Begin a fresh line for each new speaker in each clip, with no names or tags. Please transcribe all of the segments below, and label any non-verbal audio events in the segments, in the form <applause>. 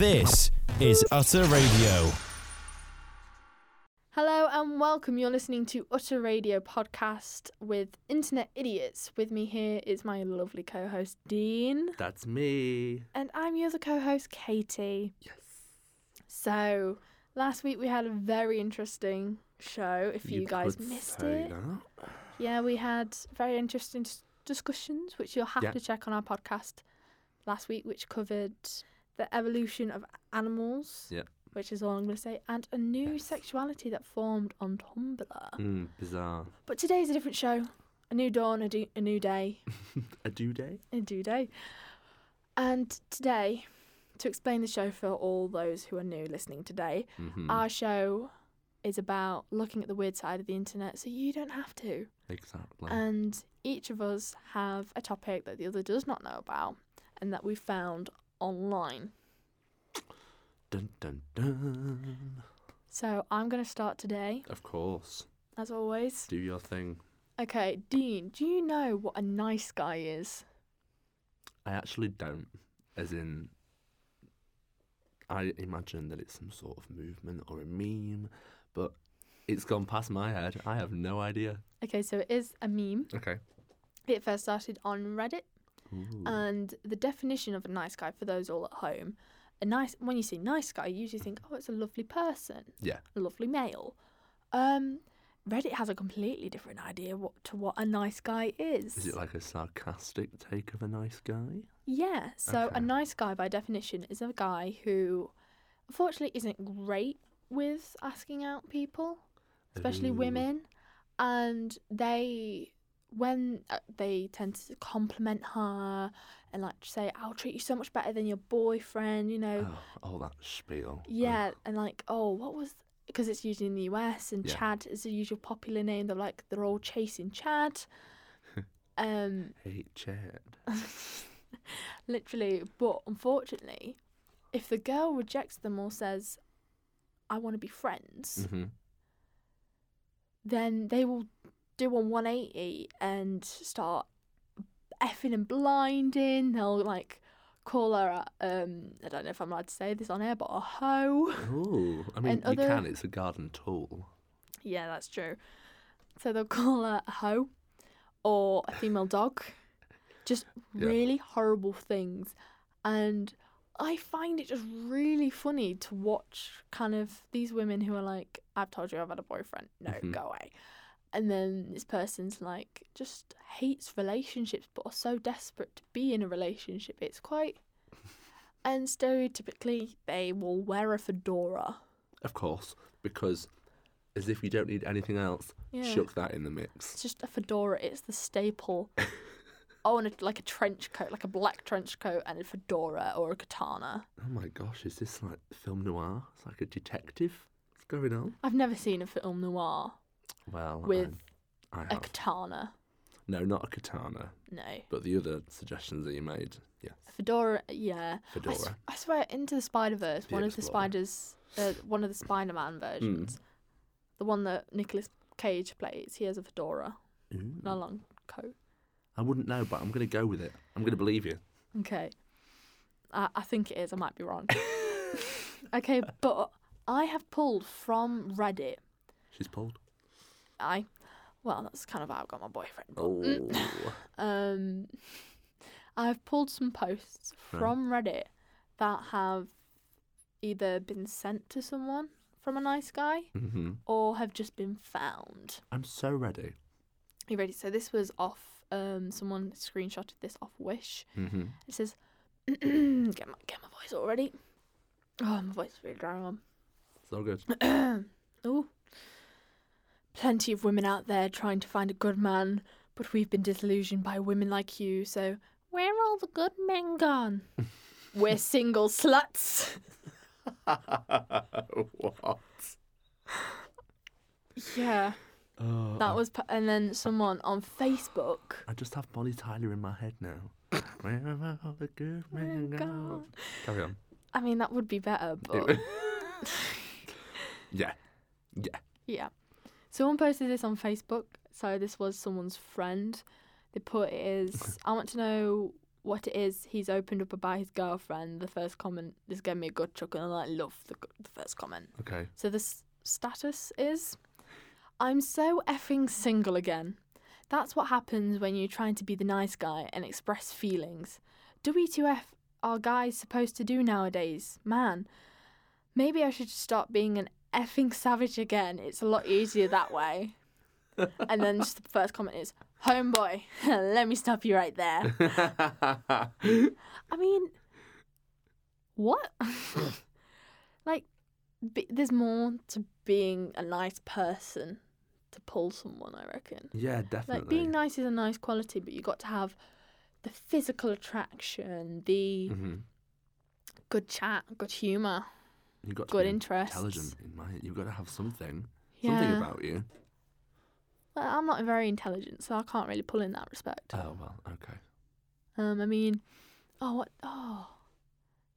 This is Utter Radio.
Hello and welcome. You're listening to Utter Radio podcast with Internet Idiots. With me here is my lovely co host, Dean,
That's me.
and I'm your other co host, Katie.
Yes.
So, last week we had a very interesting show. If you, guys
could
missed
say
it,
that.
yeah, we had very interesting s- discussions, which you'll have
Yeah.
to check on our podcast last week, which covered the evolution of animals,
Yeah.
which is all I'm going to say, and a new
Yes.
sexuality that formed on Tumblr.
Mm, bizarre.
But today's a different show. A new dawn, a, do- a new day,
A due day?
a new day. And today, to explain the show for all those who are new listening today,
Mm-hmm.
our show is about looking at the weird side of the internet so you don't have to.
exactly.
And each of us have a topic that the other does not know about and that we found online.
dun, dun, dun.
So I'm going to start today,
Of course.
as always.
Do your thing.
Okay, Dean, do you know what a nice guy is?
I actually don't. As in, I imagine that it's some sort of movement or a meme, but it's gone past my head. I have no idea.
Okay, so it is a meme.
Okay.
It first started on Reddit.
Ooh.
And the definition of a nice guy for those all at home, a nice when you see nice guy, you usually think, oh, it's a lovely person,
yeah.
a lovely male. Um, Reddit has a completely different idea what, to what a nice guy is.
Is it like a sarcastic take of a nice guy?
yeah. So
Okay.
a nice guy, by definition, is a guy who, unfortunately, isn't great with asking out people, especially
Ooh.
women, and they when uh, they tend to compliment her and like say, "I'll treat you so much better than your boyfriend," you know.
Oh, all that spiel. Ugh.
Yeah, and like, oh, what was? Because it's usually in the US, and
Yeah.
Chad is the usual popular name. They're like, they're all chasing
<laughs>
Chad. um, <laughs>
Hate Chad.
literally, but unfortunately, if the girl rejects them or says, "I want to be friends,"
Mm-hmm.
then they will do a 180 and start effing and blinding. They'll like call her, a, um, I don't know if I'm allowed to say this on air, but a hoe.
Oh, I mean,
And
you
other-
can. It's a garden tool.
Yeah, that's true. So they'll call her a hoe or a female dog. Just
Yeah.
really horrible things. And I find it just really funny to watch kind of these women who are like, I've told you I've had a boyfriend. No,
Mhm.
go away. And then this person's like, just hates relationships but are so desperate to be in a relationship. It's quite. And stereotypically, they will wear a fedora.
Of course, because as if you don't need anything else,
Yeah.
chuck that in the
It's
mix.
just a fedora. It's
<laughs>
the staple. oh, and a, like a trench coat, like a black trench coat and a fedora or a katana.
Oh my gosh, is this like film noir? It's like a detective. What's going on?
I've never seen a film noir
Well,
with
I, I
a
have.
katana.
no, not a katana,
No. A
but the other suggestions that you made. Yes,
fedora, yeah. I, s-
fedora.
I swear, Into the Spider Verse,
The
one of the
Explorer. Hmm.
spiders, uh, one of the Spider Man versions, the one that Nicolas Cage plays, he has a fedora
Ooh.
and a long coat.
I wouldn't know, but I'm going to go with it. I'm going to believe you.
Okay. I, I think it is. I might
<laughs>
be wrong. okay, but I have pulled from Reddit
She's pulled.
I, well, that's kind of how I got my boyfriend. but-
Oh,
<laughs> Um, I've pulled some posts
Right.
from Reddit that have either been sent to someone from a nice guy
hmm
or have just been found.
I'm so ready.
You ready? So this was off. Um, someone screenshotted this off Wish.
hmm
It says, <clears throat> "Get my get my voice already." Oh, my voice is really dry. on.
It's all good. <laughs>
Ooh. Plenty of women out there trying to find a good man, but we've been disillusioned by women like you, so where are all the good men
<laughs>
gone? We're single sluts.
what?
Yeah,
Oh,
that was. pa- And then someone on Facebook.
I just have Bonnie Tyler in my head
<laughs>
now. Where have all the good men
Oh God.
gone? Carry on.
I mean, that would be better, but <laughs>
yeah. Yeah.
yeah. Someone posted this on Facebook, so this was someone's friend. They put it is I want to know what it is he's opened up about his girlfriend. The first comment this gave me a good chuckle, and I love the g- the first comment. <laughs>
Okay.
So the s- status is I'm so effing single again. That's what happens when you're trying to be the nice guy and express feelings. W2F are guys supposed to do nowadays? Man, maybe I should start being an effing savage again. It's a lot easier that way. and then just the first comment is, Homeboy, <laughs> let me stop you right there. I mean,
<laughs>
what? like, be, there's more to being a nice person to pull someone, I reckon.
yeah, definitely.
Like, being nice is a nice quality, but you got to have the physical attraction, the
hmm
good chat, good humour,
You've got to
good
be
interest.
intelligent in my. You've got to have something.
Yeah.
Something about you.
Well, I'm not very intelligent, so I can't really pull in that respect.
Oh well. Okay.
Um, I mean, oh, what? Oh,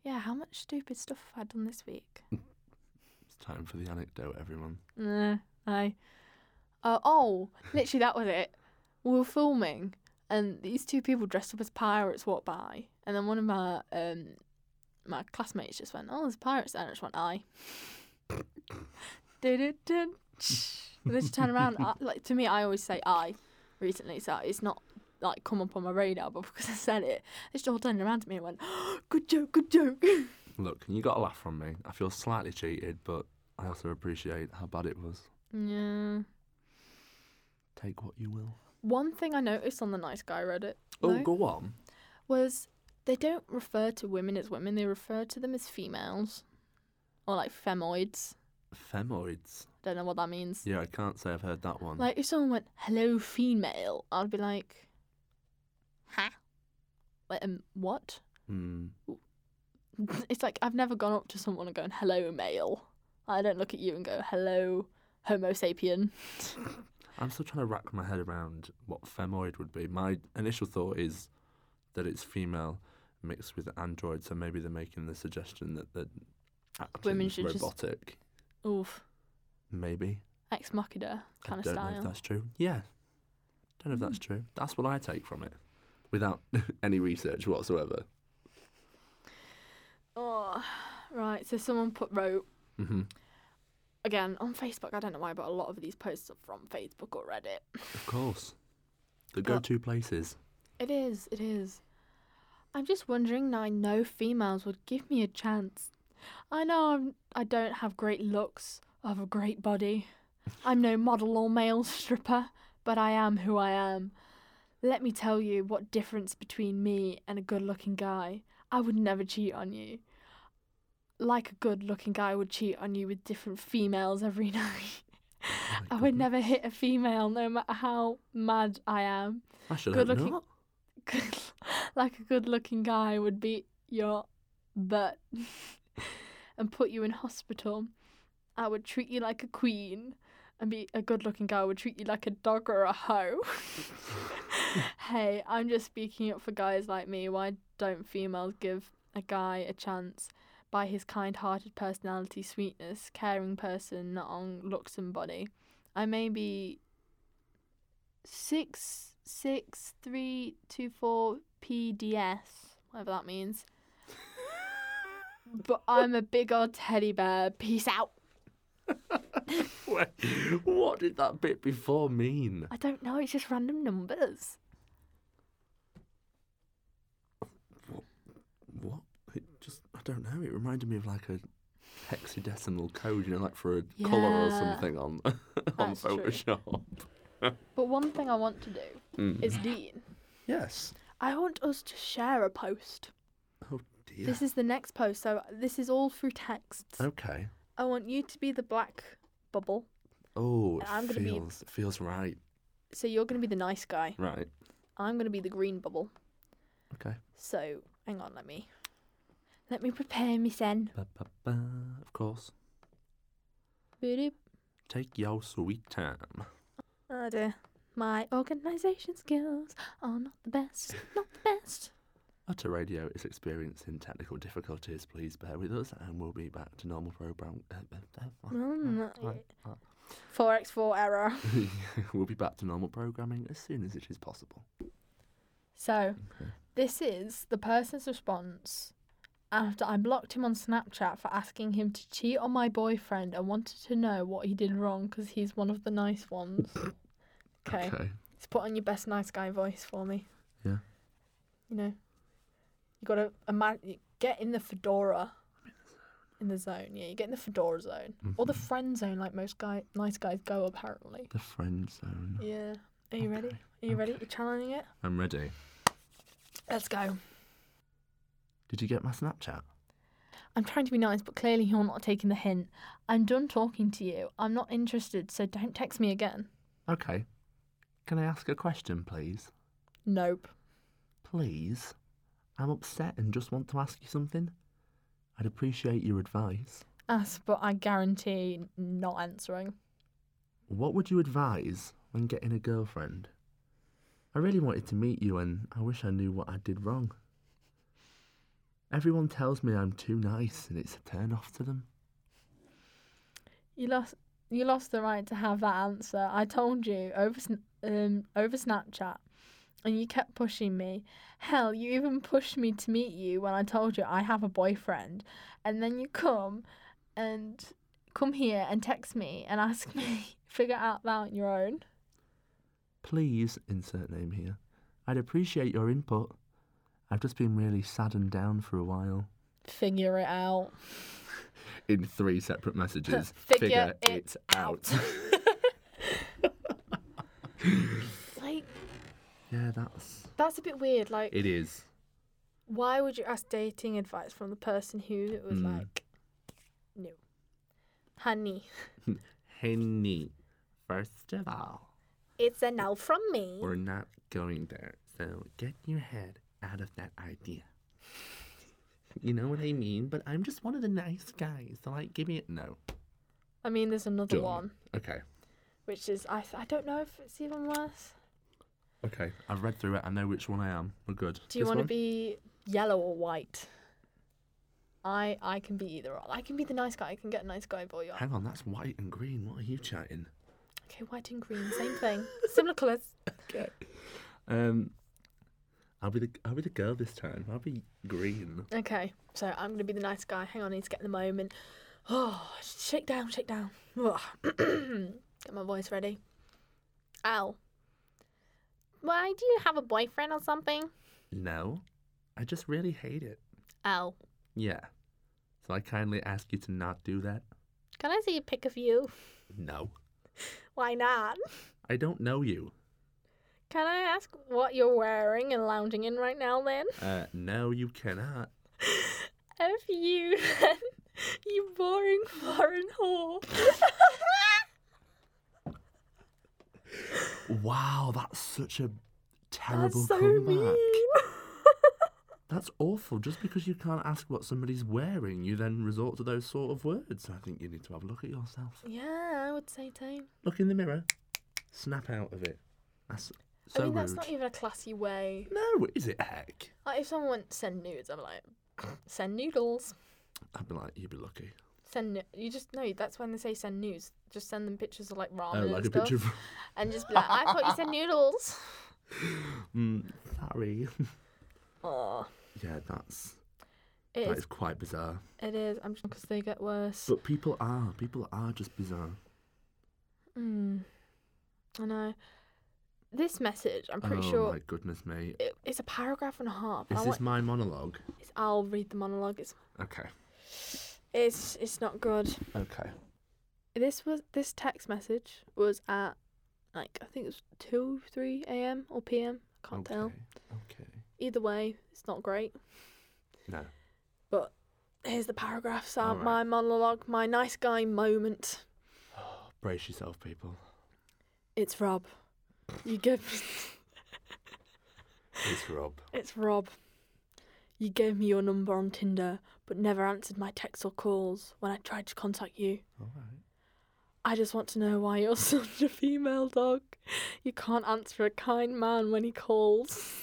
yeah, how much stupid stuff have I done this week?
It's time for the anecdote, everyone.
Nah, I. Uh, oh, literally, that was it. We were filming, and these two people dressed up as pirates walked by, and then one of my um my classmates just went, "Oh, there's pirates," there," and I just went, <laughs> "I." Dun-dun-dun, tsh. and then she turned around. I, like to me, I always say "I" recently, so it's not like come up on my radar, but because I said it, they just all turned around to me and went, <gasps> "Good joke, good joke." <laughs>
Look, you got a laugh from me. I feel slightly cheated, but I also appreciate how bad it was.
yeah.
Take what you will.
One thing I noticed on the Nice Guy Reddit.
Oh,
though-
go on.
was they don't refer to women as women, they refer to them as females or like femoids.
Femoids.
Don't know what that means.
Yeah, I can't say I've heard that one.
Like if someone went, hello, female, I'd be like, huh? Like, um, what? <laughs>
Mm.
it's like I've never gone up to someone and gone, hello, male. I don't look at you and go, hello, Homo sapien.
I'm still trying to rack my head around what femoid would be. My initial thought is that it's female mixed with android, so maybe they're making the suggestion that the
Women
action's
should just-
robotic.
Oof.
Maybe.
Ex machina kind
I
of
don't know if
style. Hmm.
that's true. Yeah. Don't know if that's true. That's what I take from it without <laughs> any research whatsoever.
Oh, right. So someone put wrote,
Mm-hmm.
again on Facebook. I don't know why, but a lot of these posts are from Facebook or Reddit.
Of course. The
Well-
go to
<laughs>
places.
It is. It is. I'm just wondering now. I know females would give me a chance. I know I'm. I don't have great looks. I have a great body. I'm no model or male <laughs> stripper, but I am who I am. Let me tell you what difference between me and a good-looking guy. I would never cheat on you. Like a good-looking guy would cheat on you with different females every <laughs> night.
Oh My
I would
goodness.
never hit a female, no matter how mad I am.
I should
good
hope
looking-
not. <laughs>
Good- <laughs> like a good looking guy would beat your butt <laughs> and put you in hospital. I would treat you like a queen, and be a good looking guy would treat you like a dog or a hoe. <laughs> hey, I'm just speaking up for guys like me. Why don't females give a guy a chance? By his kind hearted personality, sweetness, caring person, not on looks and body. I may be six six three two four PDS, whatever that means. but I'm a big old teddy bear. Peace out.
Wait, what did that bit before mean?
I don't know. It's just random numbers.
What? It just, I don't know. It reminded me of like a hexadecimal code, you know, like for a colour or
Yeah.
something on, <laughs> on
That's true.
Photoshop.
But one thing I want to do
Mm.
is Dean.
Yes.
I want us to share a post.
Oh dear.
This is the next post. So this is all through texts.
okay.
I want you to be the black bubble.
Oh,
And I'm
it
gonna be-
feels, it feels right.
So you're going to be the nice guy.
Right.
I'm going to be the green bubble.
Okay.
So hang on, let me let me prepare me then.
Ba, ba, ba. Of course.
Boop.
Take your sweet time.
Oh dear. My organisation skills are not the best. Not the best.
Utter Radio is experiencing technical difficulties. Please bear with us, and we'll be back to normal program. uh,
Mm, Four x four error.
<laughs> we'll be back to normal programming as soon as it is possible.
So, This is the person's response after I blocked him on Snapchat for asking him to cheat on my boyfriend and wanted to know what he did wrong because he's one of the nice ones. Okay.
Okay.
Just put on your best nice guy voice for me.
Yeah.
You know, you gotta ima- get in the fedora. In the zone, yeah, you get in the fedora zone or the friend zone, like most guy nice guys go apparently.
The friend zone.
Yeah. Are you ready?
Okay,
Are you ready? You're challenging it.
I'm ready.
Let's go.
Did you get my Snapchat?
I'm trying to be nice, but clearly you're not taking the hint. I'm done talking to you. I'm not interested, so don't text me again.
Okay. Can I ask a question, please?
Nope.
Please? I'm upset and just want to ask you something. I'd appreciate your advice.
As but I guarantee not answering.
What would you advise when getting a girlfriend? I really wanted to meet you and I wish I knew what I did wrong. Everyone tells me I'm too nice and it's a turn off to them.
You lost. You lost the right to have that answer. I told you over Sn- um over Snapchat, and you kept pushing me. Hell, you even pushed me to meet you when I told you I have a boyfriend, and then you come, and come here and text me and ask me <laughs> figure out that on your own.
Please, insert name here. I'd appreciate your input. I've just been really sad and down for a while.
Figure it out.
In three separate messages.
<laughs> Figure it
<laughs>
Like
yeah, that's.
that's a bit weird. Like,
It is.
why would you ask dating advice from the person who it was
Mm.
like, no, honey,
Henny, first of all,
it's a no from me.
we're not going there. So get your head out of that idea. <laughs> You know what I mean? But I'm just one of the nice guys. So, like, give me it. No.
I mean, there's another
Done.
one,
Okay.
which is I I don't know if it's even worse.
Okay. I've read through it. I know which one I am. We're good.
Do you
This
want to
one?
be yellow or white? I I can be either. or. I can be the nice guy. I can get a nice guy boy.
Hang on, that's white and green. What are you chatting?
Okay, white and green, same thing, similar colours.
Okay. Um, I'll be the I'll be the girl this time. I'll be green.
Okay, so I'm gonna be the nice guy. Hang on, I need to get in the moment. Oh, shake down, shake down. Ugh. <clears throat> get my voice ready. Al. Why do you have a boyfriend or something?
No, I just really hate it.
Al.
Yeah. So I kindly ask you to not do that.
Can I see a pic of you?
No.
Why not?
I don't know you.
Can I ask what you're wearing and lounging in right now then?
Uh, no, you cannot.
F you then. <laughs> You boring foreign whore. <laughs>
Wow, that's such a terrible
That's so
comeback.
mean. <laughs>
That's awful. Just because you can't ask what somebody's wearing, you then resort to those sort of words. I think you need to have a look at yourself.
yeah, I would say time.
Look in the mirror. Snap out of it. That's so
I mean,
rude.
that's not even a classy way.
No, is it heck?
Like if someone went send nudes, I'm like, <sniffs> send noodles.
I'd be like, you'd be lucky.
Send nu- you just no. That's when they say send nudes. Just send them pictures of like ramen
Oh,
and
like a
stuff,
picture of. <laughs>
and just be like, I thought you said noodles.
Mm, sorry. <laughs>
Oh,
yeah, that's
it
that
is.
is quite bizarre.
It is. I'm just because they get worse.
But people are people are just bizarre.
Mm. I know. This message, I'm pretty
oh
sure
my goodness me!
it, it's a paragraph and a half.
Is
I
this my monologue?
will read the monologue. It's
Okay.
it's it's not good.
Okay.
This was this text message was at like I think it was two three a.m. or p.m. Can't tell.
okay. Okay.
either way, it's not great.
No.
But here's the paragraphs
All
out
right.
my monologue, my nice guy moment.
Brace yourself, people.
It's Rob. You gave me <laughs>
It's Rob.
It's Rob. You gave me your number on Tinder, but never answered my texts or calls when I tried to contact you.
All right.
I just want to know why you're <laughs> such a female dog. You can't answer a kind man when he calls.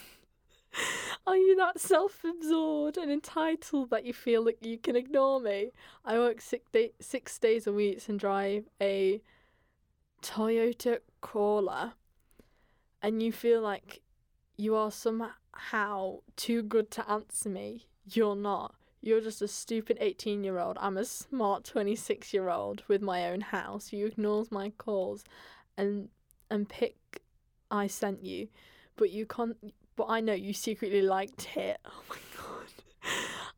<laughs> Are you that self absorbed and entitled that you feel that you can ignore me? I work six, day- six days a week and drive a Toyota Corolla, and you feel like you are some how too good to answer me. You're not. You're just a stupid 18 year old. I'm a smart 26 year old with my own house. You ignores my calls and and pick I sent you. But you can't but I know you secretly liked it. <laughs> Oh my god.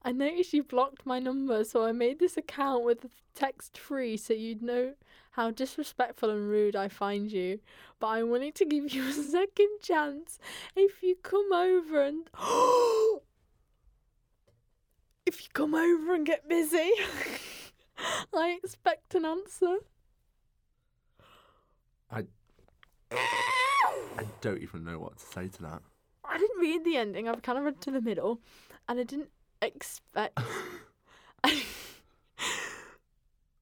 I noticed you blocked my number, so I made this account with text free so you'd know how disrespectful and rude I find you. But I'm willing to give <laughs> you a second chance if you come over and <gasps> if you come over and get busy, <laughs> I expect an answer.
I don't even know what to say to that.
I didn't read the ending. I've kind of read to the middle, and I didn't expect. <laughs>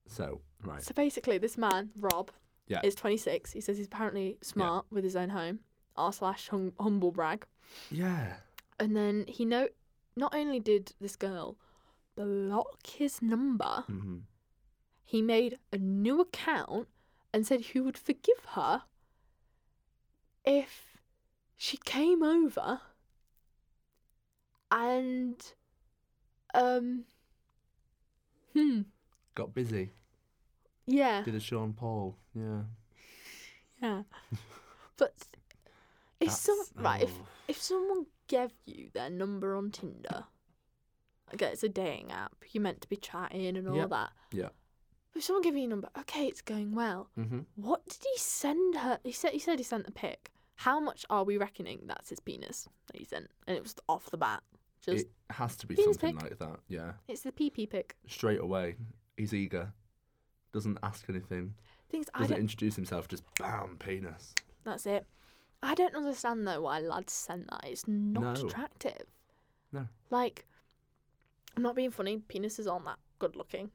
So, right.
so basically, this man Rob
Yeah.
is 26. He says he's apparently smart with his own home. R slash hum- humble brag.
Yeah.
And then he know. Not only did this girl block his number,
Mm-hmm.
he made a new account and said he would forgive her if she came over and um hmm
Got busy.
yeah
Did a Sean Paul. Yeah.
yeah but if some
That's-
right if
oh.
if someone gave you their number on Tinder okay it's a dating app you're meant to be chatting and all
Yeah.
that
Yeah.
if someone gave you a number okay it's going well
Mm-hmm.
What did he send her? He said he said he sent a pic. How much are we reckoning that's his penis that he sent? And it was off the bat. Just
It has to be
Penis
something
pic.
like that. Yeah.
it's the pee pee pic.
Straight away. He's eager. Doesn't ask anything.
Things I
Doesn't
don't.
introduce himself. Just bam, penis.
that's it. I don't understand though why lads send that. It's not
No.
attractive.
No.
Like, I'm not being funny. Penises aren't that
<coughs>
good looking.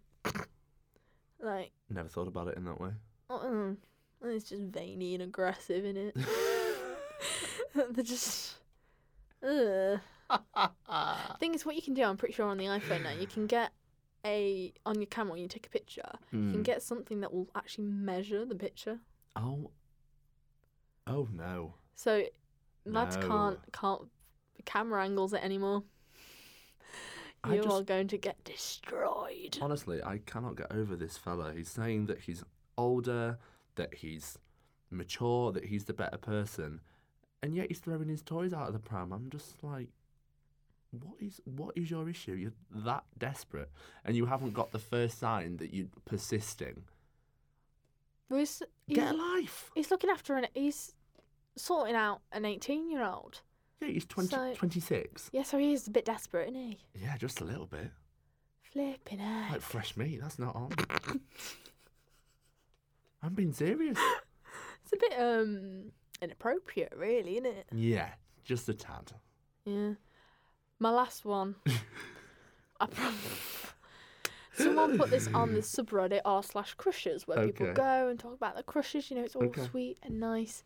like,
Never thought about it in
<laughs>
that way.
uh-uh. it's just veiny and aggressive in
<laughs>
it. <laughs> They're just. Ugh.
Uh.
thing is, what you can do, I'm pretty sure on the iPhone now, you can get a on your camera when you take a picture, you can
Mm.
get something that will actually measure the picture.
Oh. Oh no.
So lads
No.
can't can't camera angles it anymore.
I
You are
just-
going to get destroyed.
Honestly, I cannot get over this fella. He's saying that he's older, that he's mature, that he's the better person, and yet he's throwing his toys out of the pram. I'm just like, what is what is your issue? You're that desperate, and you haven't got the first sign that you're persisting.
Well, He's,
Get a
he's-
life.
he's looking after an he's sorting out an 18 year old.
Yeah, he's 20,
So-
26.
Yeah, so he is a bit desperate, isn't he?
Yeah, just a little bit.
Flipping heck.
Like fresh meat. That's not on. I'm being serious.
It's a bit um inappropriate, really, isn't it?
Yeah, just a tad.
Yeah. My
<laughs>
last one. I prom- Someone put this on the subreddit r slash crushes where people
Okay.
go and talk about their crushes. You know, it's all
Okay.
sweet and nice.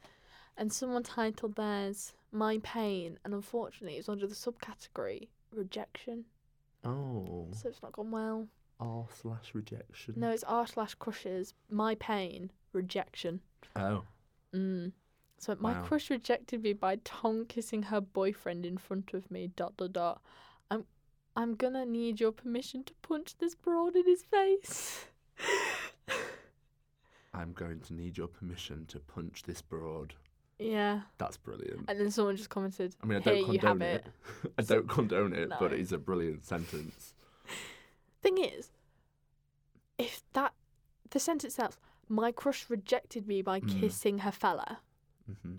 And someone titled theirs "My Pain," and unfortunately, it's under the subcategory rejection,
Oh.
so it's not gone well.
R slash rejection.
No, it's r slash crushes. My pain, rejection.
Oh.
Mm. So my
Wow.
crush rejected me by tongue kissing her boyfriend in front of me. Dot dot dot. I'm I'm gonna need your permission to punch this broad in his face. <laughs>
I'm going to need your permission to punch this broad.
yeah.
That's brilliant.
And then someone just commented,
I mean, I
"Here
don't
you have
condone
it."
it. <laughs> I don't condone it, but
No.
it's a brilliant sentence.
Thing is, if that the sentence starts, my crush rejected me by
Mm.
kissing her fella.
hmm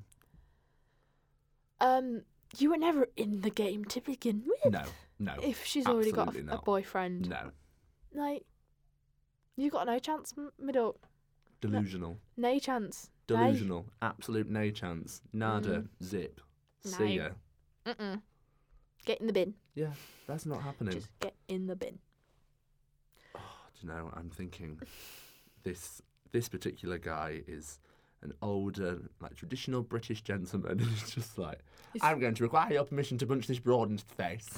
Um, you were never in the game to begin with.
No, no,
If she's already got a,
absolutely
a
not.
boyfriend.
no.
Like, you got no chance, m- middle.
Delusional.
No chance. Nay.
Delusional. Absolute no chance. Nada. Zip.
No.
See ya.
Mm-mm. Get in the bin.
Yeah, that's not happening.
Just get in the bin.
Do you know, I'm thinking this this particular guy is an older, like traditional British gentleman, <laughs> and he's just like,
He's-
I'm going to require your permission to punch this broad into the face.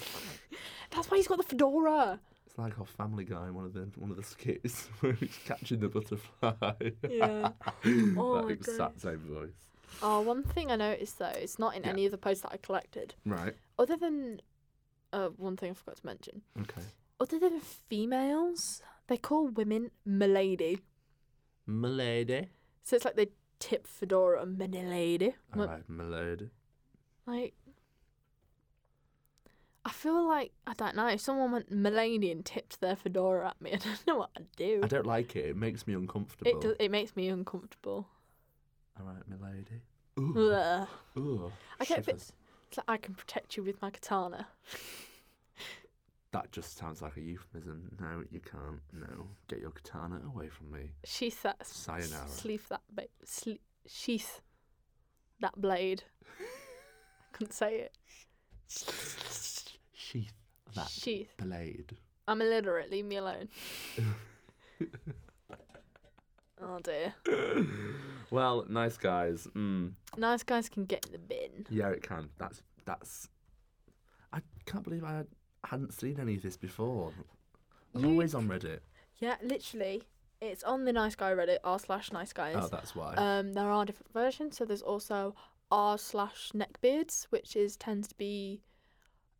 That's why he's got the fedora.
It's like our Family Guy, one of the one of the <laughs>
<laughs>
skits where he's catching the butterfly.
Yeah.
<laughs>
Oh
that
my
exact same voice.
Oh, one thing I noticed though, it's not in
Yeah.
any of the posts that I collected.
Right.
Other than uh, one thing I forgot to mention.
Okay.
Other than females, they call women milady.
Milady.
So it's like they tip fedora milady. I'm
All
Like,
right, milady.
like, I feel like I don't know. If someone went milady and tipped their fedora at me, <laughs> I don't know what I'd do.
I don't like it. It makes me uncomfortable.
It does, it makes me uncomfortable.
All right, milady.
Ugh.
Ooh.
I get a bit-
shivers.
It's like I can protect you with my katana.
That just sounds like a euphemism. No, you can't. No. Get your katana away from me.
Sheath that. s-
Sayonara.
Sleeve that. Ba- sle- sheath
<laughs>
that blade. I couldn't say it.
Sheath that
Sheath.
blade.
I'm illiterate. Leave
<laughs>
me alone. oh dear.
Well, nice guys. Mm.
Nice guys can get in the bin.
Yeah, it can. That's that's. I can't believe I hadn't seen any of this before. I'm
You-
always on Reddit.
Yeah, literally. It's on the nice guy Reddit, r slash nice guys.
Oh, that's why.
Um, there are different versions. So there's also r slash neckbeards, which is tends to be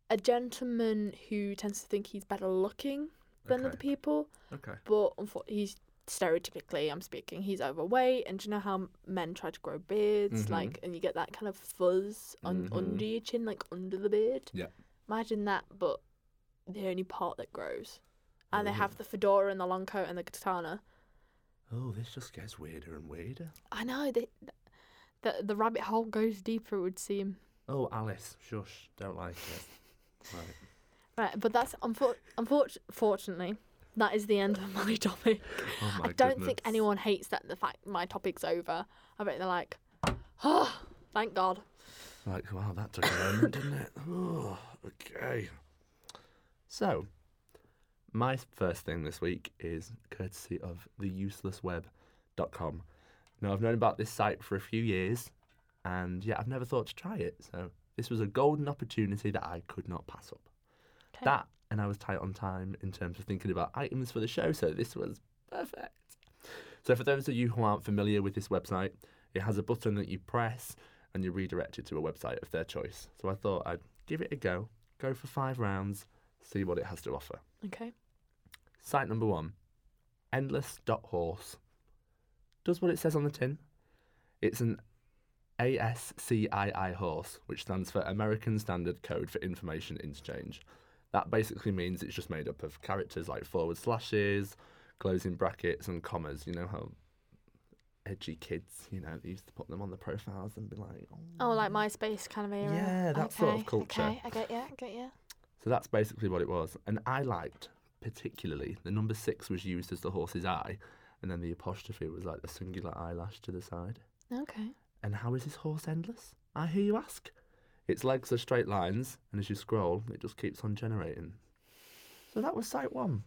a gentleman who tends to think he's better looking than
Okay.
other people,
okay.
but unfor- he's stereotypically, I'm speaking, he's overweight. And do you know how men try to grow beards,
Mhm.
like, and you get that kind of fuzz on
Mhm.
under your chin, like under the beard.
Yeah.
Imagine that, but the only part that grows. And they
Ooh.
have the fedora and the long coat and the katana.
Oh, this just gets weirder and weirder.
I know they, the the rabbit hole goes deeper. It would seem
Oh, Alice, shush, don't like it.
<laughs>
Right.
right, but that's unfor- unfortunately that is the end of my <laughs> topic.
Oh my
I don't think
goodness.
anyone hates that the fact my topic's over. I bet they're like, oh, thank God.
Like, wow, that took a moment, didn't it? Oh, okay. So, my first thing this week is courtesy of theuselessweb.com. Now, I've known about this site for a few years, and yeah, I've never thought to try it. So, this was a golden opportunity that I could not pass up.
'Kay.
That, and I was tight on time in terms of thinking about items for the show, so this was perfect. So, for those of you who aren't familiar with this website, it has a button that you press and you're redirected to a website of their choice. So, I thought I'd give it a go, go for five rounds, see what it has to offer.
Okay.
Site number one, endless.horse. Does what it says on the tin. It's an ASCII horse, which stands for American Standard Code for Information Interchange. That basically means it's just made up of characters like forward slashes, closing brackets, and commas. You know how edgy kids, you know, they used to put them on the profiles and be like, oh.
Oh, like MySpace kind of era.
Yeah, that sort of
Okay,
culture.
Okay, I get you. I get you.
So that's basically what it was. And I liked particularly the number six was used as the horse's eye, and then the apostrophe was like a singular eyelash to the side.
Okay.
And how is this horse endless? I hear you ask. Its legs are straight lines, and as you scroll, it just keeps on generating. So that was site one.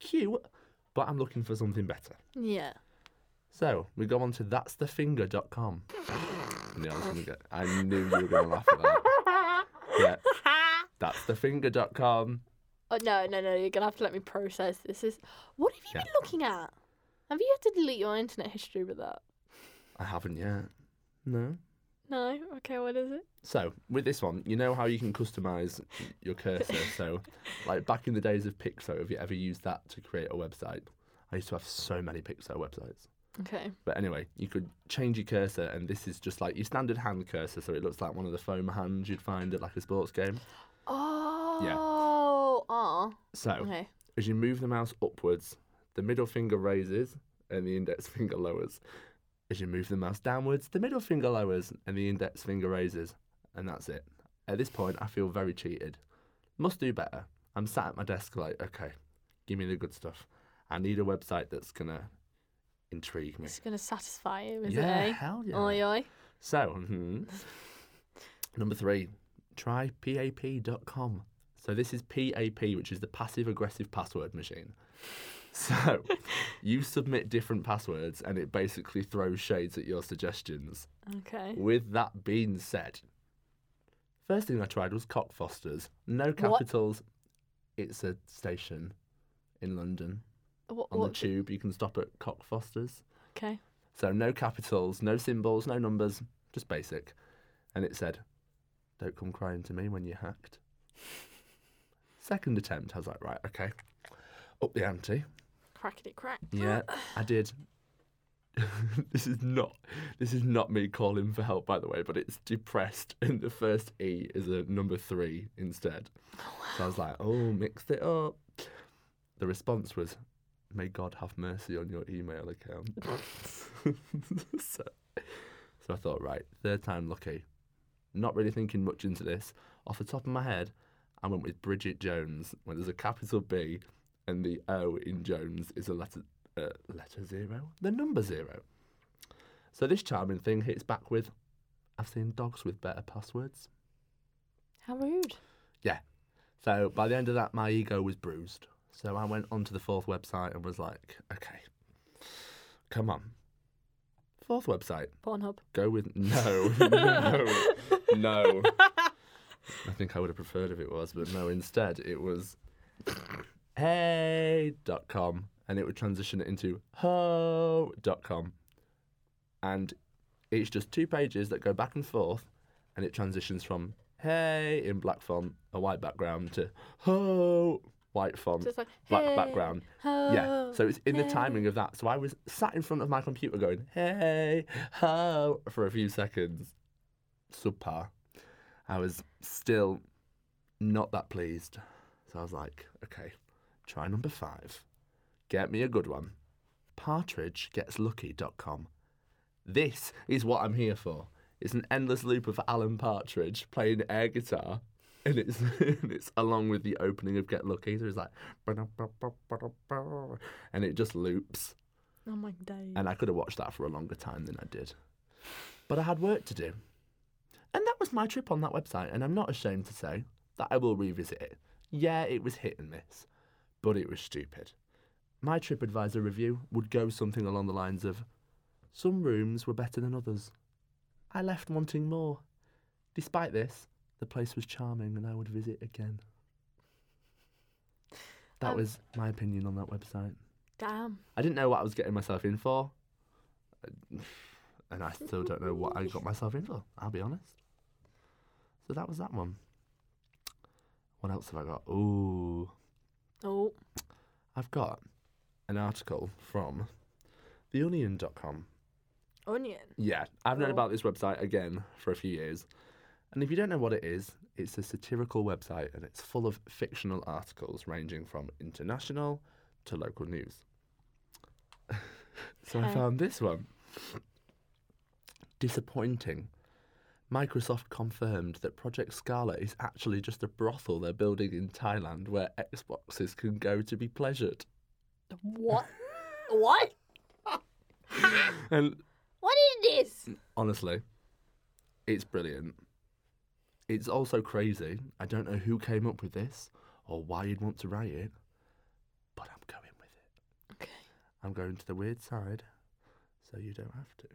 Cute, but I'm looking for something better. <laughs>
Yeah.
So we go on to that's the finger.com. I knew I, was gonna get, I knew you were going to laugh at that. Yeah, that's the finger.com.
Oh no, no, no! You're gonna have to let me process. This is what have you
Yeah.
been looking at? Have you had to delete your internet history with that?
I haven't yet. No.
No. Okay, what is it?
So with this one, you know how you can customize your cursor. so, like back in the days of Pixo, have you ever used that to create a website? I used to have so many Pixo websites.
Okay.
But anyway, you could change your cursor, and this is just like your standard hand cursor, so it looks like one of the foam hands you'd find at like a sports game.
Oh.
Yeah.
Oh.
So
Okay.
as you move the mouse upwards, the middle finger raises and the index <laughs> finger lowers. As you move the mouse downwards, the middle finger lowers and the index finger raises. And that's it. At this point, I feel very cheated. Must do better. I'm sat at my desk, like, okay, give me the good stuff. I need a website that's going to intrigue me.
It's gonna satisfy you, is
yeah,
it?
hell
Eh?
yeah.
Oi, oi.
So, mhm. number three, try PAP.com. So, this is PAP, which is the passive aggressive password machine. <laughs> So, you submit different passwords and it basically throws shades at your suggestions.
Okay.
With that being said, first thing I tried was Cockfosters. No capitals. It's a station in London.
What?
On
what
the tube, you can stop at Cockfosters.
Okay.
So no capitals, no symbols, no numbers, just basic. And it said, Don't come crying to me when you're hacked. Second attempt, I was like, Right, okay. Up the ante.
Crackety crack.
Yeah, I did. <laughs> this is not this is not me calling for help, by the way, but it's depressed, <laughs> and the first E is a number three instead. So I was like, oh, mixed it up. The response was, "May God have mercy on your email account." <laughs> so, so I thought, right, third time lucky. Not really thinking much into this. Off the top of my head, I went with Bridget Jones when there's a capital B and the O in Jones is a letter uh, letter zero, the number zero. So this charming thing hits back with, "I've seen dogs with better passwords."
<gasps> How rude.
Yeah. So by the end of that, my ego was bruised. So I went onto the fourth website and was like, "Okay, come on." Fourth website,
Pornhub.
go with no, <laughs> no, no. I think I would have preferred if it was, but no. Instead, it was hey.com and it would transition it into ho.com. And it's just two pages that go back and forth and it transitions from hey in black font, a white background, to ho, white font,
<laughs> So it's like,
black
"Hey,
background. Yeah.
ho,
So it's in the
hey."
timing of that. So I was sat in front of my computer going, hey, ho, for a few seconds. Subpar. I was still not that pleased. So I was like, okay, try number five. Get me a good one. PartridgeGetsLucky.com. This is what I'm here for. It's an endless loop of Alan Partridge playing air guitar. And it's, <laughs> and it's along with the opening of Get Lucky. So it's like, and it just loops.
Oh my days.
And I could have watched that for a longer time than I did. But I had work to do. And that was my trip on that website. And I'm not ashamed to say that I will revisit it. Yeah, it was hit and miss, but it was stupid. My TripAdvisor review would go something along the lines of Some rooms were better than others. I left wanting more. Despite this, the place was charming and I would visit again. That
Um,
was my opinion on that website.
Damn.
I didn't know what I was getting myself in for, and I still don't know what I got myself in for. I'll be honest. So that was that one. What else have I got? Ooh,
Oh.
I've got an article from theonion.com.
Onion.
Yeah, I've known
Oh.
about this website again for a few years. And if you don't know what it is, it's a satirical website and it's full of fictional articles ranging from international to local news. <laughs> so I
Okay.
found this one disappointing. Microsoft confirmed that Project Scarlet is actually just a brothel they're building in Thailand where Xboxes can go to be pleasured.
What? <laughs> what?
And
What is this?
Mm. Honestly, it's brilliant. It's also crazy. I don't know who came up with this or why you'd want to write it, but I'm going with it.
Okay.
I'm going to the weird side, so you don't have to.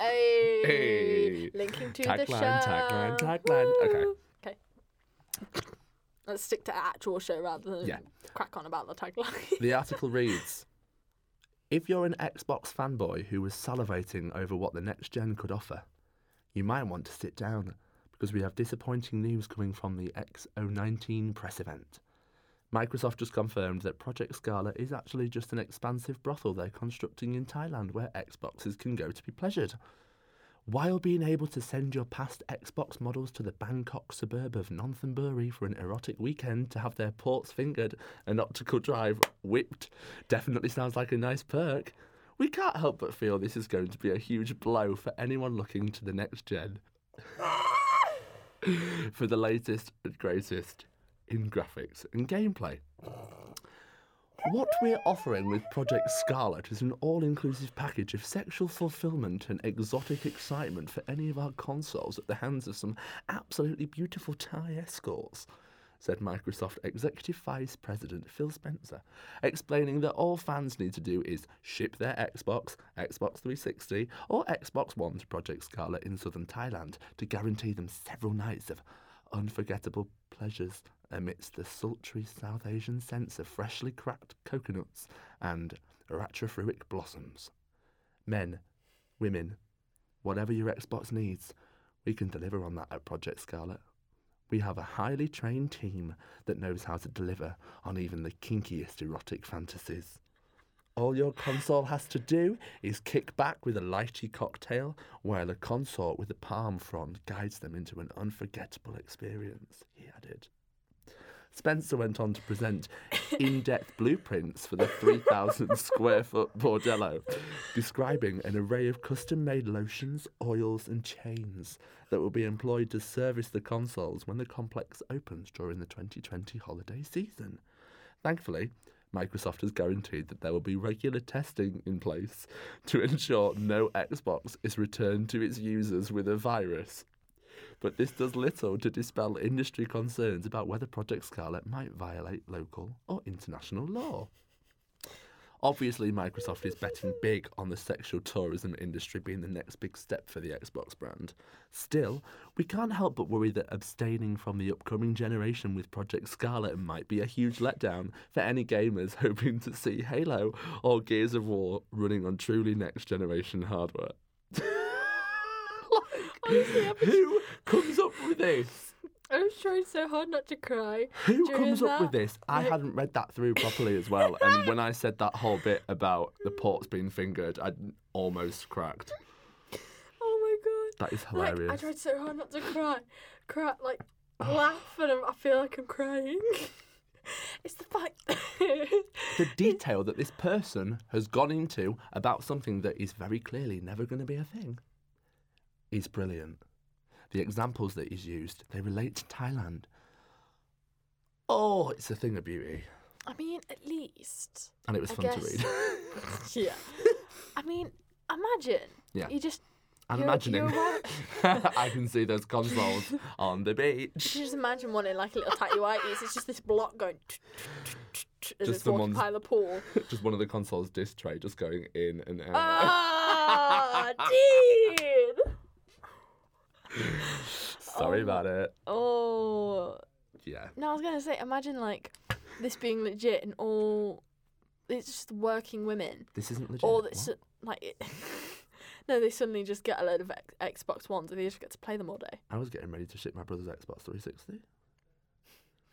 Hey.
Hey.
Linking to the show.
Tagline, tagline, tagline. Okay.
Woo. Okay. Let's stick to actual show rather than
Yeah.
crack on about the
<laughs>
tagline. <laughs>
The article reads If you're an Xbox fanboy who was salivating over what the next gen could offer, you might want to sit down because we have disappointing news coming from the X019 press event. Microsoft just confirmed that Project Scarlet is actually just an expansive brothel they're constructing in Thailand where Xboxes can go to be pleasured. While being able to send your past Xbox models to the Bangkok suburb of Nonthanbury for an erotic weekend to have their ports fingered and optical drive whipped definitely sounds like a nice perk. We can't help but feel this is going to be a huge blow for anyone looking to the next gen for the latest and greatest in graphics and gameplay. What we're offering with Project Scarlet is an all inclusive package of sexual fulfillment and exotic excitement for any of our consoles at the hands of some absolutely beautiful Thai escorts, said Microsoft Executive Vice President Phil Spencer, explaining that all fans need to do is ship their Xbox, Xbox 360, or Xbox One to Project Scarlet in southern Thailand to guarantee them several nights of unforgettable pleasures amidst the sultry South Asian scents of freshly cracked coconuts and rattrafruic blossoms. Men, women, Whatever your Xbox needs, we can deliver on that at Project Scarlet. We have a highly trained team that knows how to deliver on even the kinkiest erotic fantasies. All your console has to do is kick back with a lighty cocktail while a consort with a palm frond guides them into an unforgettable experience, he added. Spencer went on to present in depth blueprints for the 3,000 square foot bordello, describing an array of custom made lotions, oils, and chains that will be employed to service the consoles when the complex opens during the 2020 holiday season. Thankfully, Microsoft has guaranteed that there will be regular testing in place to ensure no Xbox is returned to its users with a virus. But this does little to dispel industry concerns about whether Project Scarlet might violate local or international law. Obviously, Microsoft is betting big on the sexual tourism industry being the next big step for the Xbox brand. Still, we can't help but worry that abstaining from the upcoming generation with Project Scarlet might be a huge letdown for any gamers <laughs> hoping to see Halo or Gears of War running on truly next generation hardware. <laughs> like, who comes up with this?
I was trying so hard not to cry.
Who
during
comes up
that.
with this? I
Like-
hadn't read that through properly as well. And when I said that whole bit about the port's being fingered, I almost cracked.
Oh my god.
That is
Like,
hilarious.
I tried so hard not to cry. Cry, like,
<sighs>
laugh, and I'm- I feel like I'm crying. <laughs> it's the fact.
The detail that this person has gone into about something that is very clearly never going to be a thing is brilliant. The examples that he's used, they relate to Thailand. Oh, it's a thing of beauty.
<laughs> I mean, at least.
And it was
I
fun to
guess-
read. <laughs>
<laughs> yeah. I mean, imagine.
Yeah.
You just.
I'm
you're-
imagining.
You're right.
<laughs> I can see those
<laughs>
consoles on the beach.
You just imagine one in like a little tattoos. It's just this block going. As
Just
it's
the
walking
ones-
by the pool.
<laughs> Just one of the consoles disc tray just going in and out.
Oh.
<laughs>
Ah, dude.
Sorry
oh.
about it.
Oh.
Yeah.
No, I was gonna say, imagine like this being legit and all. It's just working women.
This isn't legit.
All
What?
that su- like. <laughs> It, no, they suddenly just get a load of X- Xbox Ones and they just get to play them all day.
I was getting ready to ship my brother's Xbox 360.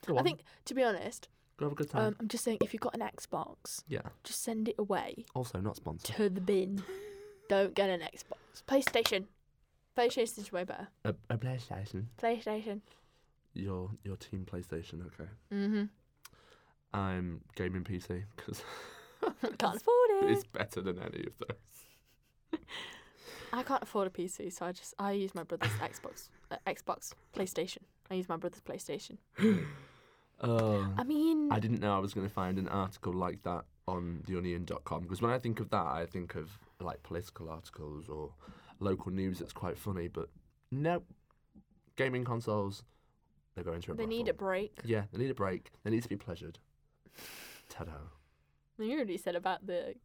Go on.
I think, to be honest,
Go have a good time.
um, I'm just saying, if you've got an Xbox,
yeah.
just send it away
Also, not sponsored.
to the bin. Don't get an Xbox. PlayStation. PlayStation's way better.
A, a PlayStation.
PlayStation.
Your your team PlayStation. Okay.
Mm-hmm.
I'm gaming PC because
Can't afford
<laughs>
it.
it's better than any of those.
I can't afford a PC, so I just I use my brother's Xbox, uh, Xbox, PlayStation. I use my brother's PlayStation.
<laughs> Oh.
I mean,
I didn't know I was going to find an article like that on theonion.com because when I think of that, I think of like political articles or local news that's quite funny, but no. Gaming consoles, they're going to a
they need a
brothel.
break.
Yeah, they need a break. They need to be pleasured. Ta-da.
You already said about the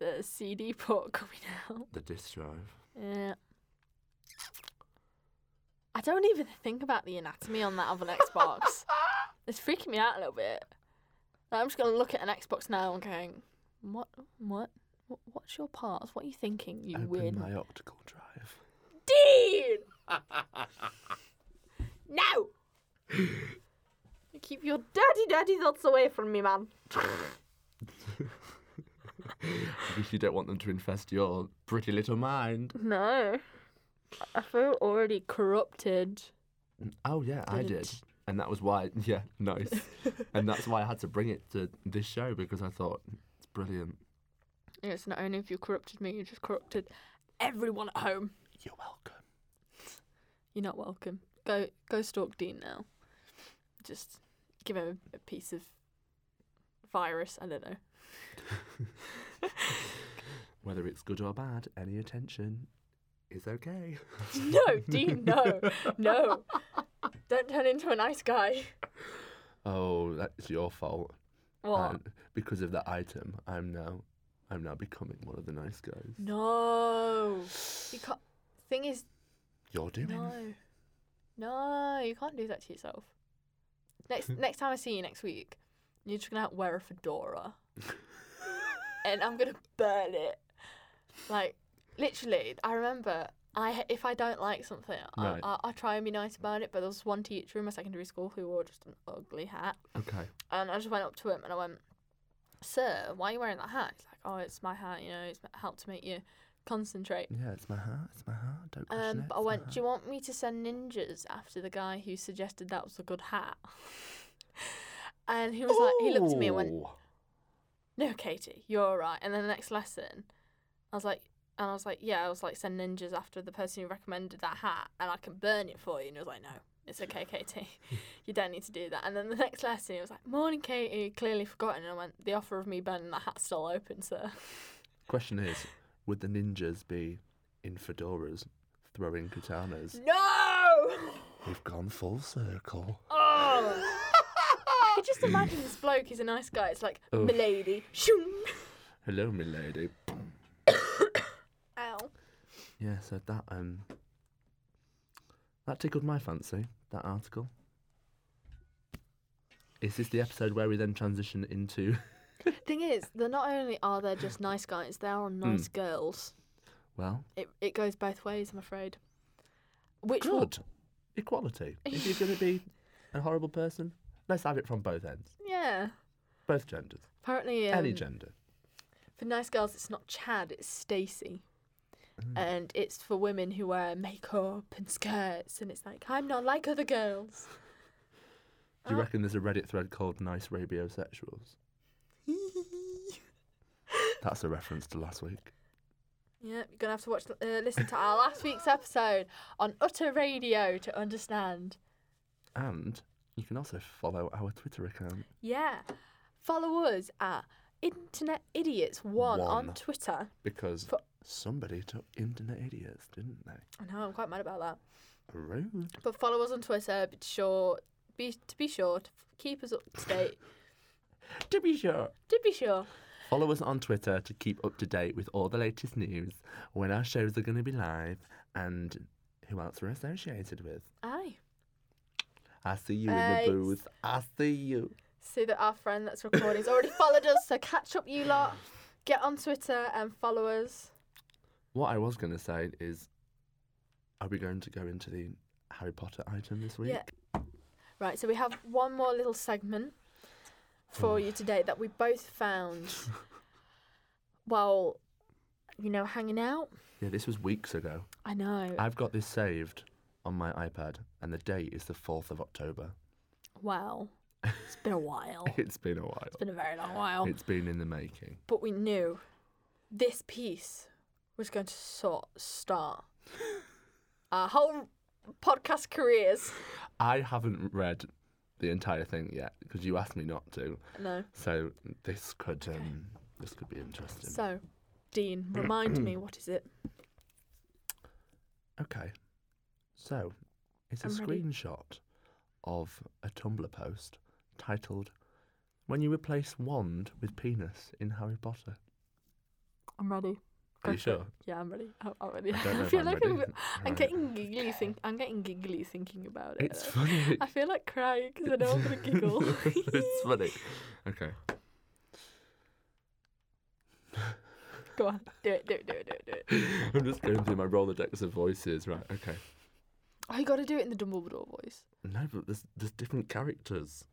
the CD port <laughs> coming out.
The disk drive.
Yeah. Uh, I don't even think about the anatomy on that of an Xbox. <laughs> it's freaking me out a little bit. Like, I'm just gonna look at an Xbox now and going, what, what, what what's your parts? What are you thinking? You
Open
win.
my optical <laughs> drive.
Dean! <laughs> no! You keep your dirty, dirty thoughts away from me, man.
Because you don't want them to infest your pretty little mind.
No. I feel already corrupted.
Oh yeah, I did,
Didn't.
and that was why. <laughs> Yeah, nice. and that's why I had to bring it to this show because I thought it's brilliant.
It's not only if you corrupted me, you just corrupted everyone at home.
You're welcome.
You're not welcome. Go go stalk Dean now. Just give him a, a piece of virus, I don't know.
Whether it's good or bad, any attention is okay.
No, Dean, no. No. Don't turn into a nice guy.
Oh, that's your fault.
What?
And because of that item, I'm now, I'm now becoming one of the nice guys.
No. You can't. Thing is,
You're doing.
no, no, you can't do that to yourself. Next next time I see you next week, you're just gonna wear a fedora, and I'm gonna burn it. Like Literally, I remember. I if I don't like something,
Right.
I, I, I try and be nice about it. But there was one teacher in my secondary school who wore just an ugly hat,
<laughs> Okay.
and I just went up to him and I went, "Sir, why are you wearing that hat?" He's like, "Oh, it's my hat. You know, it's helped to make you concentrate."
Yeah, it's my heart. It's my heart. Don't question
Um,
it.
but I went, "Do you want me to send ninjas after the guy who suggested that was a good hat?" <laughs> and he was like, he looked at me and went, no, Katie, you're all right. And then the next lesson, I was like, and I was like, yeah, I was like, send ninjas after the person who recommended that hat, and I can burn it for you. And he was like, no, it's <laughs> okay, Katie, you don't need to do that. And then the next lesson, he was like, morning, Katie, You've clearly forgotten. And I went, the offer of me burning that hat's still open, sir.
Question is, would the ninjas be in fedoras throwing katanas?
No!
We've gone full circle.
<laughs> <laughs> Oh! I could just imagine this bloke. He's a nice guy. It's like,
Oof.
milady, shoo,
Hello, milady.
ow.
Yeah, so that um, that tickled my fancy. That article. Is this the episode where we then transition into?
Thing is, they're not only are they just nice guys, they are nice girls.
Well,
It it goes both ways, I'm afraid. Which will-
good equality. If you're going to be a horrible person, let's have it from both ends,
yeah.
both genders,
Apparently,
any
um,
gender.
for nice girls, it's not Chad, it's Stacy,
Mm.
and it's for women who wear makeup and skirts, and it's like I'm not like other girls.
Do you
Oh.
reckon there's a Reddit thread called "Nice Rabiosexuals"? That's a reference to last week.
<laughs> Yeah, you're gonna have to watch, uh, listen to our last week's episode on Utter Radio to understand.
And you can also follow our Twitter account.
Yeah, follow us at Internet Idiots One on
One.
Twitter.
because
Fu-
somebody took internet idiots, didn't they?
I know I'm quite mad about that.
Rude.
But follow us on Twitter. Be sure, be to be sure to f- keep us up to date.
To be sure.
<laughs> to be sure,
Follow us on Twitter to keep up to date with all the latest news, when our shows are going to be live, and who else we're associated with.
aye.
I see you
Thanks.
in the booth. I see you.
See that our friend that's recording's already followed us. So catch up, you lot. Get on Twitter and follow us.
What I was going to say is, are we going to go into the Harry Potter item this week?
Yeah. Right. So we have one more little segment for you today that we both found while you know hanging out.
Yeah, this was weeks ago.
I know.
I've got this saved on my iPad, and the date is the 4th of October.
well, it's been a while.
<laughs>
It's
It's been a while.
been a very long while.
It's been in the making.
but we knew this piece was going to sort <laughs> start our whole podcast careers.
I haven't read the entire thing yet because you asked me not to.
No,
So this could um, this could be interesting.
so Dean, remind me what is it?
okay. So it's a
I'm ready.
screenshot of a Tumblr post titled "When you replace wand with penis in Harry
<laughs>
Potter."
I'm ready.
Are you
Go for it.
sure?
Yeah, I'm ready. I'm, I'm ready.
I don't know if
feel
I'm
like
ready.
I'm, <laughs>
<laughs>
I'm
Right.
getting giggly. Think I'm getting giggly thinking about it.
It's funny.
<laughs> I feel like crying because I know I'm gonna giggle.
<laughs> it's funny. <laughs> Okay.
<laughs> Go on, do it, do it, do it, do it, do it.
I'm just going through my Rolodex of voices. Right. Okay.
Oh, you got to do it in the Dumbledore voice.
No, but there's there's different characters.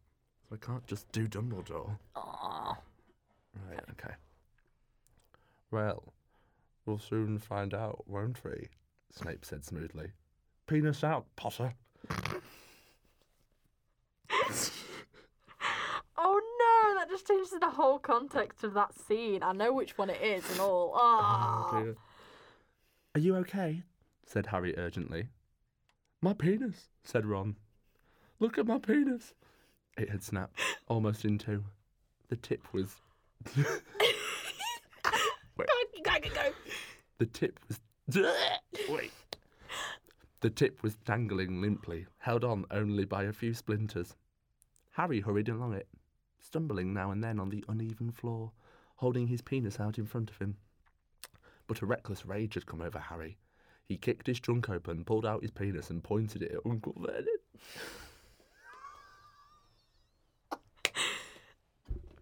So I can't just do Dumbledore.
Oh.
Right, okay. Well, we'll soon find out, won't we? Snape said smoothly. Penis out, Potter.
Oh no, that just changes the whole context of that scene. I know which one it is and all.
<gasps>
Ah.
dear. Are you okay? said Harry urgently. My penis, said Ron. Look at my penis. It had <gasps> snapped almost in two. The tip was
<laughs> go, go, go.
The tip was. <laughs> Wait. The tip was dangling limply, held on only by a few splinters. Harry hurried along it, stumbling now and then on the uneven floor, holding his penis out in front of him. But a reckless rage had come over Harry. He kicked his trunk open, pulled out his penis, and pointed it at Uncle Vernon.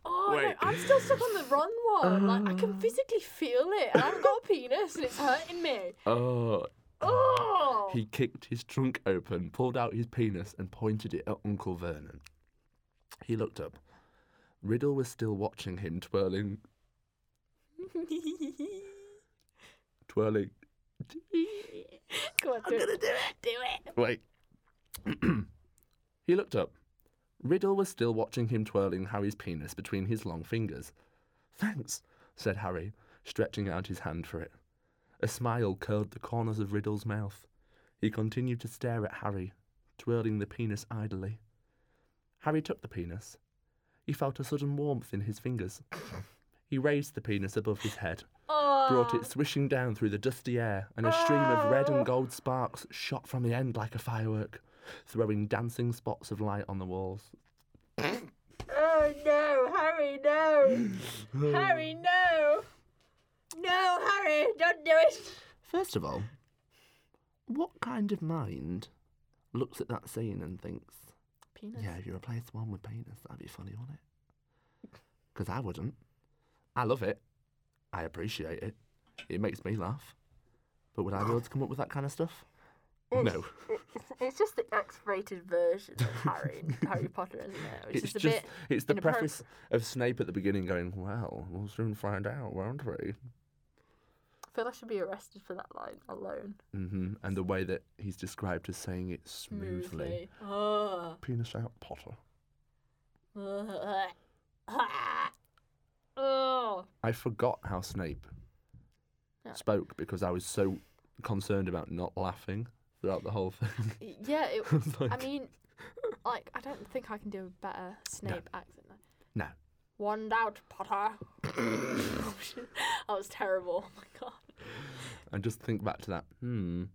Oh,
Wait.
Oh, I'm still stuck on the Ron one. Like I can physically feel it. And I've got a penis and it's hurting me.
Oh,
Oh. <laughs>
he kicked his trunk open, pulled out his penis, and pointed it at Uncle Vernon. He looked up. Riddle was still watching him twirling, twirling.
Come on, do it. do it. Do it.
Wait. <clears throat> he looked up. Riddle was still watching him twirling Harry's penis between his long fingers. Thanks, said Harry, stretching out his hand for it. A smile curled the corners of Riddle's mouth. He continued to stare at Harry, twirling the penis idly. Harry took the penis. He felt a sudden warmth in his fingers. he raised the penis above his head,
Oh.
brought it swishing down through the dusty air, and a stream of red and gold sparks shot from the end like a firework, throwing dancing spots of light on the walls.
Oh no, Harry, no. Harry, no. No, Harry, don't do it.
First of all, what kind of mind looks at that scene and thinks,
Penis.
yeah, if you replace one with penis, that'd be funny, wouldn't it? <laughs> Because I wouldn't. I love it. I appreciate it. It makes me laugh. But would I be able to come up with that kind of stuff? No.
It's just the X-rated version of
<laughs>
Harry, Harry Potter, isn't it?
<laughs>
Which
It's
is a
just,
bit.
it's the
inappropri-
preface of Snape at the beginning going, Well, we'll soon find out, won't we?
I feel I should be arrested for that line alone.
hmm And the way that he's described as saying it smoothly.
Oh. <laughs>
Penis out, Potter.
Oh.
I forgot how Snape
Yeah.
spoke because I was so concerned about not laughing throughout the whole <laughs> thing.
Yeah, it,
I was <laughs>
I
like,
mean, like, I don't think I can do a better Snape accent. than-
No.
Wand out, Potter. <laughs> Oh, shit. that was terrible. Oh my god.
And just think back to that. Hmm.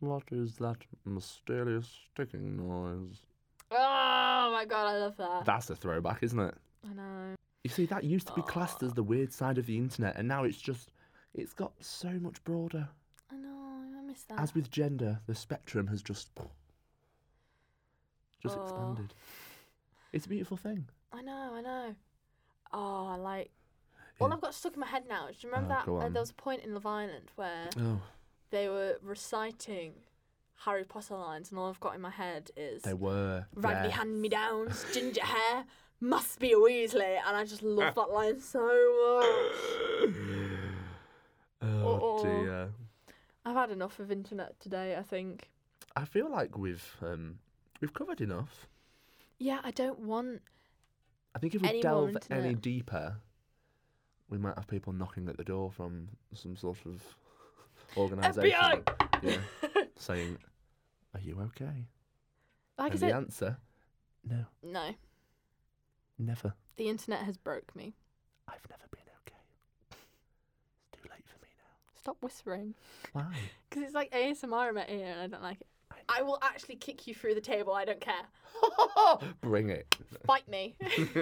What is that mysterious sticking noise?
Oh my god, I love that.
That's a throwback, isn't it?
I know.
You see, that used to be classed as the weird side of the internet, and now it's just, it's got so much broader.
I know. I miss that.
As with gender, the spectrum has just, just
Oh.
expanded. It's a beautiful thing.
I know. I know. Oh, like. All
Yeah.
I've got stuck in my head now is do you remember
Oh,
that
go
uh,
on.
there was a point in Love Island where
Oh,
they were reciting Harry Potter lines, and all I've got in my head is
they were.
Raggedy
there.
hand me downs, ginger hair, must be a Weasley, and I just love that line so much. <coughs>
Oh <sighs>
Uh-oh.
dear.
I've had enough of internet today, I think.
I feel like we've um, we've covered enough.
Yeah, I don't want.
I think if we
Any more
delve
internet?
any deeper, we might have people knocking at the door from some sort
<laughs>
of organisation. Yeah, saying, "Are you okay?"
Like I
and the
said,
answer, no,
no.
never.
The internet has broke me.
I've never been okay. <laughs> It's too late for me now.
Stop whispering.
Why?
Because it's like ASMR in my ear, and I don't like it. I will actually kick you through the table. I
<laughs>
don't care.
Bring it.
Fight me. <laughs>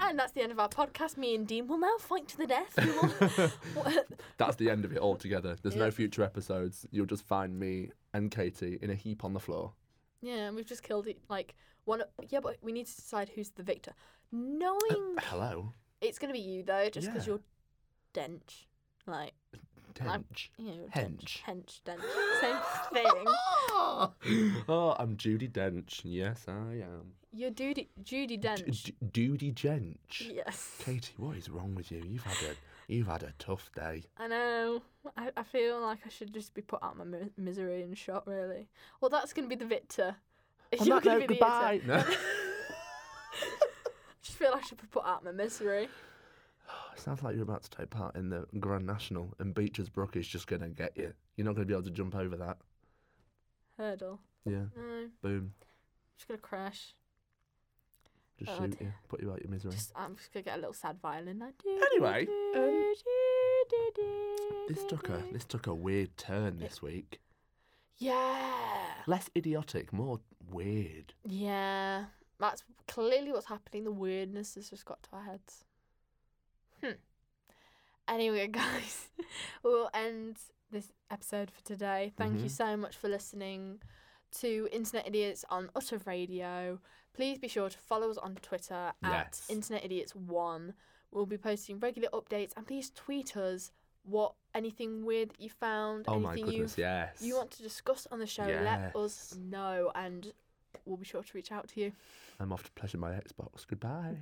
and that's the end of our podcast. Me and Dean will now fight to the death.
<laughs>
We will... <laughs>
That's the end of it altogether. There's
Yeah.
no future episodes. You'll just find me and Katie in a heap on the floor.
yeah, and we've just killed it. Like one. Yeah, but we need to decide who's the victor. Knowing
Uh, Hello.
It's gonna be you though, just because
Yeah.
you're dench. Like I'm-
Dench.
you know,
Hench.
dench, hench, dench, same thing.
<laughs> oh, I'm Judy Dench. Yes, I am.
You're Judy, Judy Dench.
D- Judy Dench.
yes,
Katie, what is wrong with you? You've had a you've had a tough day.
I know. I, I feel like I should just be put out of my mi- misery and shot. Really. Well, that's gonna be the victor. If
On
you're
that
gonna
note,
be the victor,
goodbye. No.
<laughs>
<laughs>
I just feel I should be put out of my misery.
Sounds like you're about to take part in the Grand National, and Beecher's Brook is just gonna get you. You're not gonna be able to jump over that.
Hurdle.
Yeah.
No, I'm
Boom.
just gonna crash.
Just
Oh,
shoot
dear.
you. Put you out your misery.
Just, I'm just gonna get a little sad violin. Like, do, do,
Anyway,
do,
um,
do, do, do,
This
do,
took a
do.
this took a weird turn this week.
Yeah.
Less idiotic, more weird.
Yeah. That's clearly what's happening. The weirdness has just got to our heads. Hmm. Anyway, <laughs> guys, we'll end this episode for today. Thank you
Mhm.
so much for listening. to Internet Idiots on Utter Radio. Please be sure to follow us on Twitter
Yes.
at Internet Idiots One. We'll be posting regular updates, and please tweet us what anything weird that you found,
Oh my
anything
goodness,
you
yes.
you want to discuss on the show. Let us
Yes.
know, and we'll be sure to reach out to you. <laughs>
I'm off to pleasure my Xbox. Goodbye.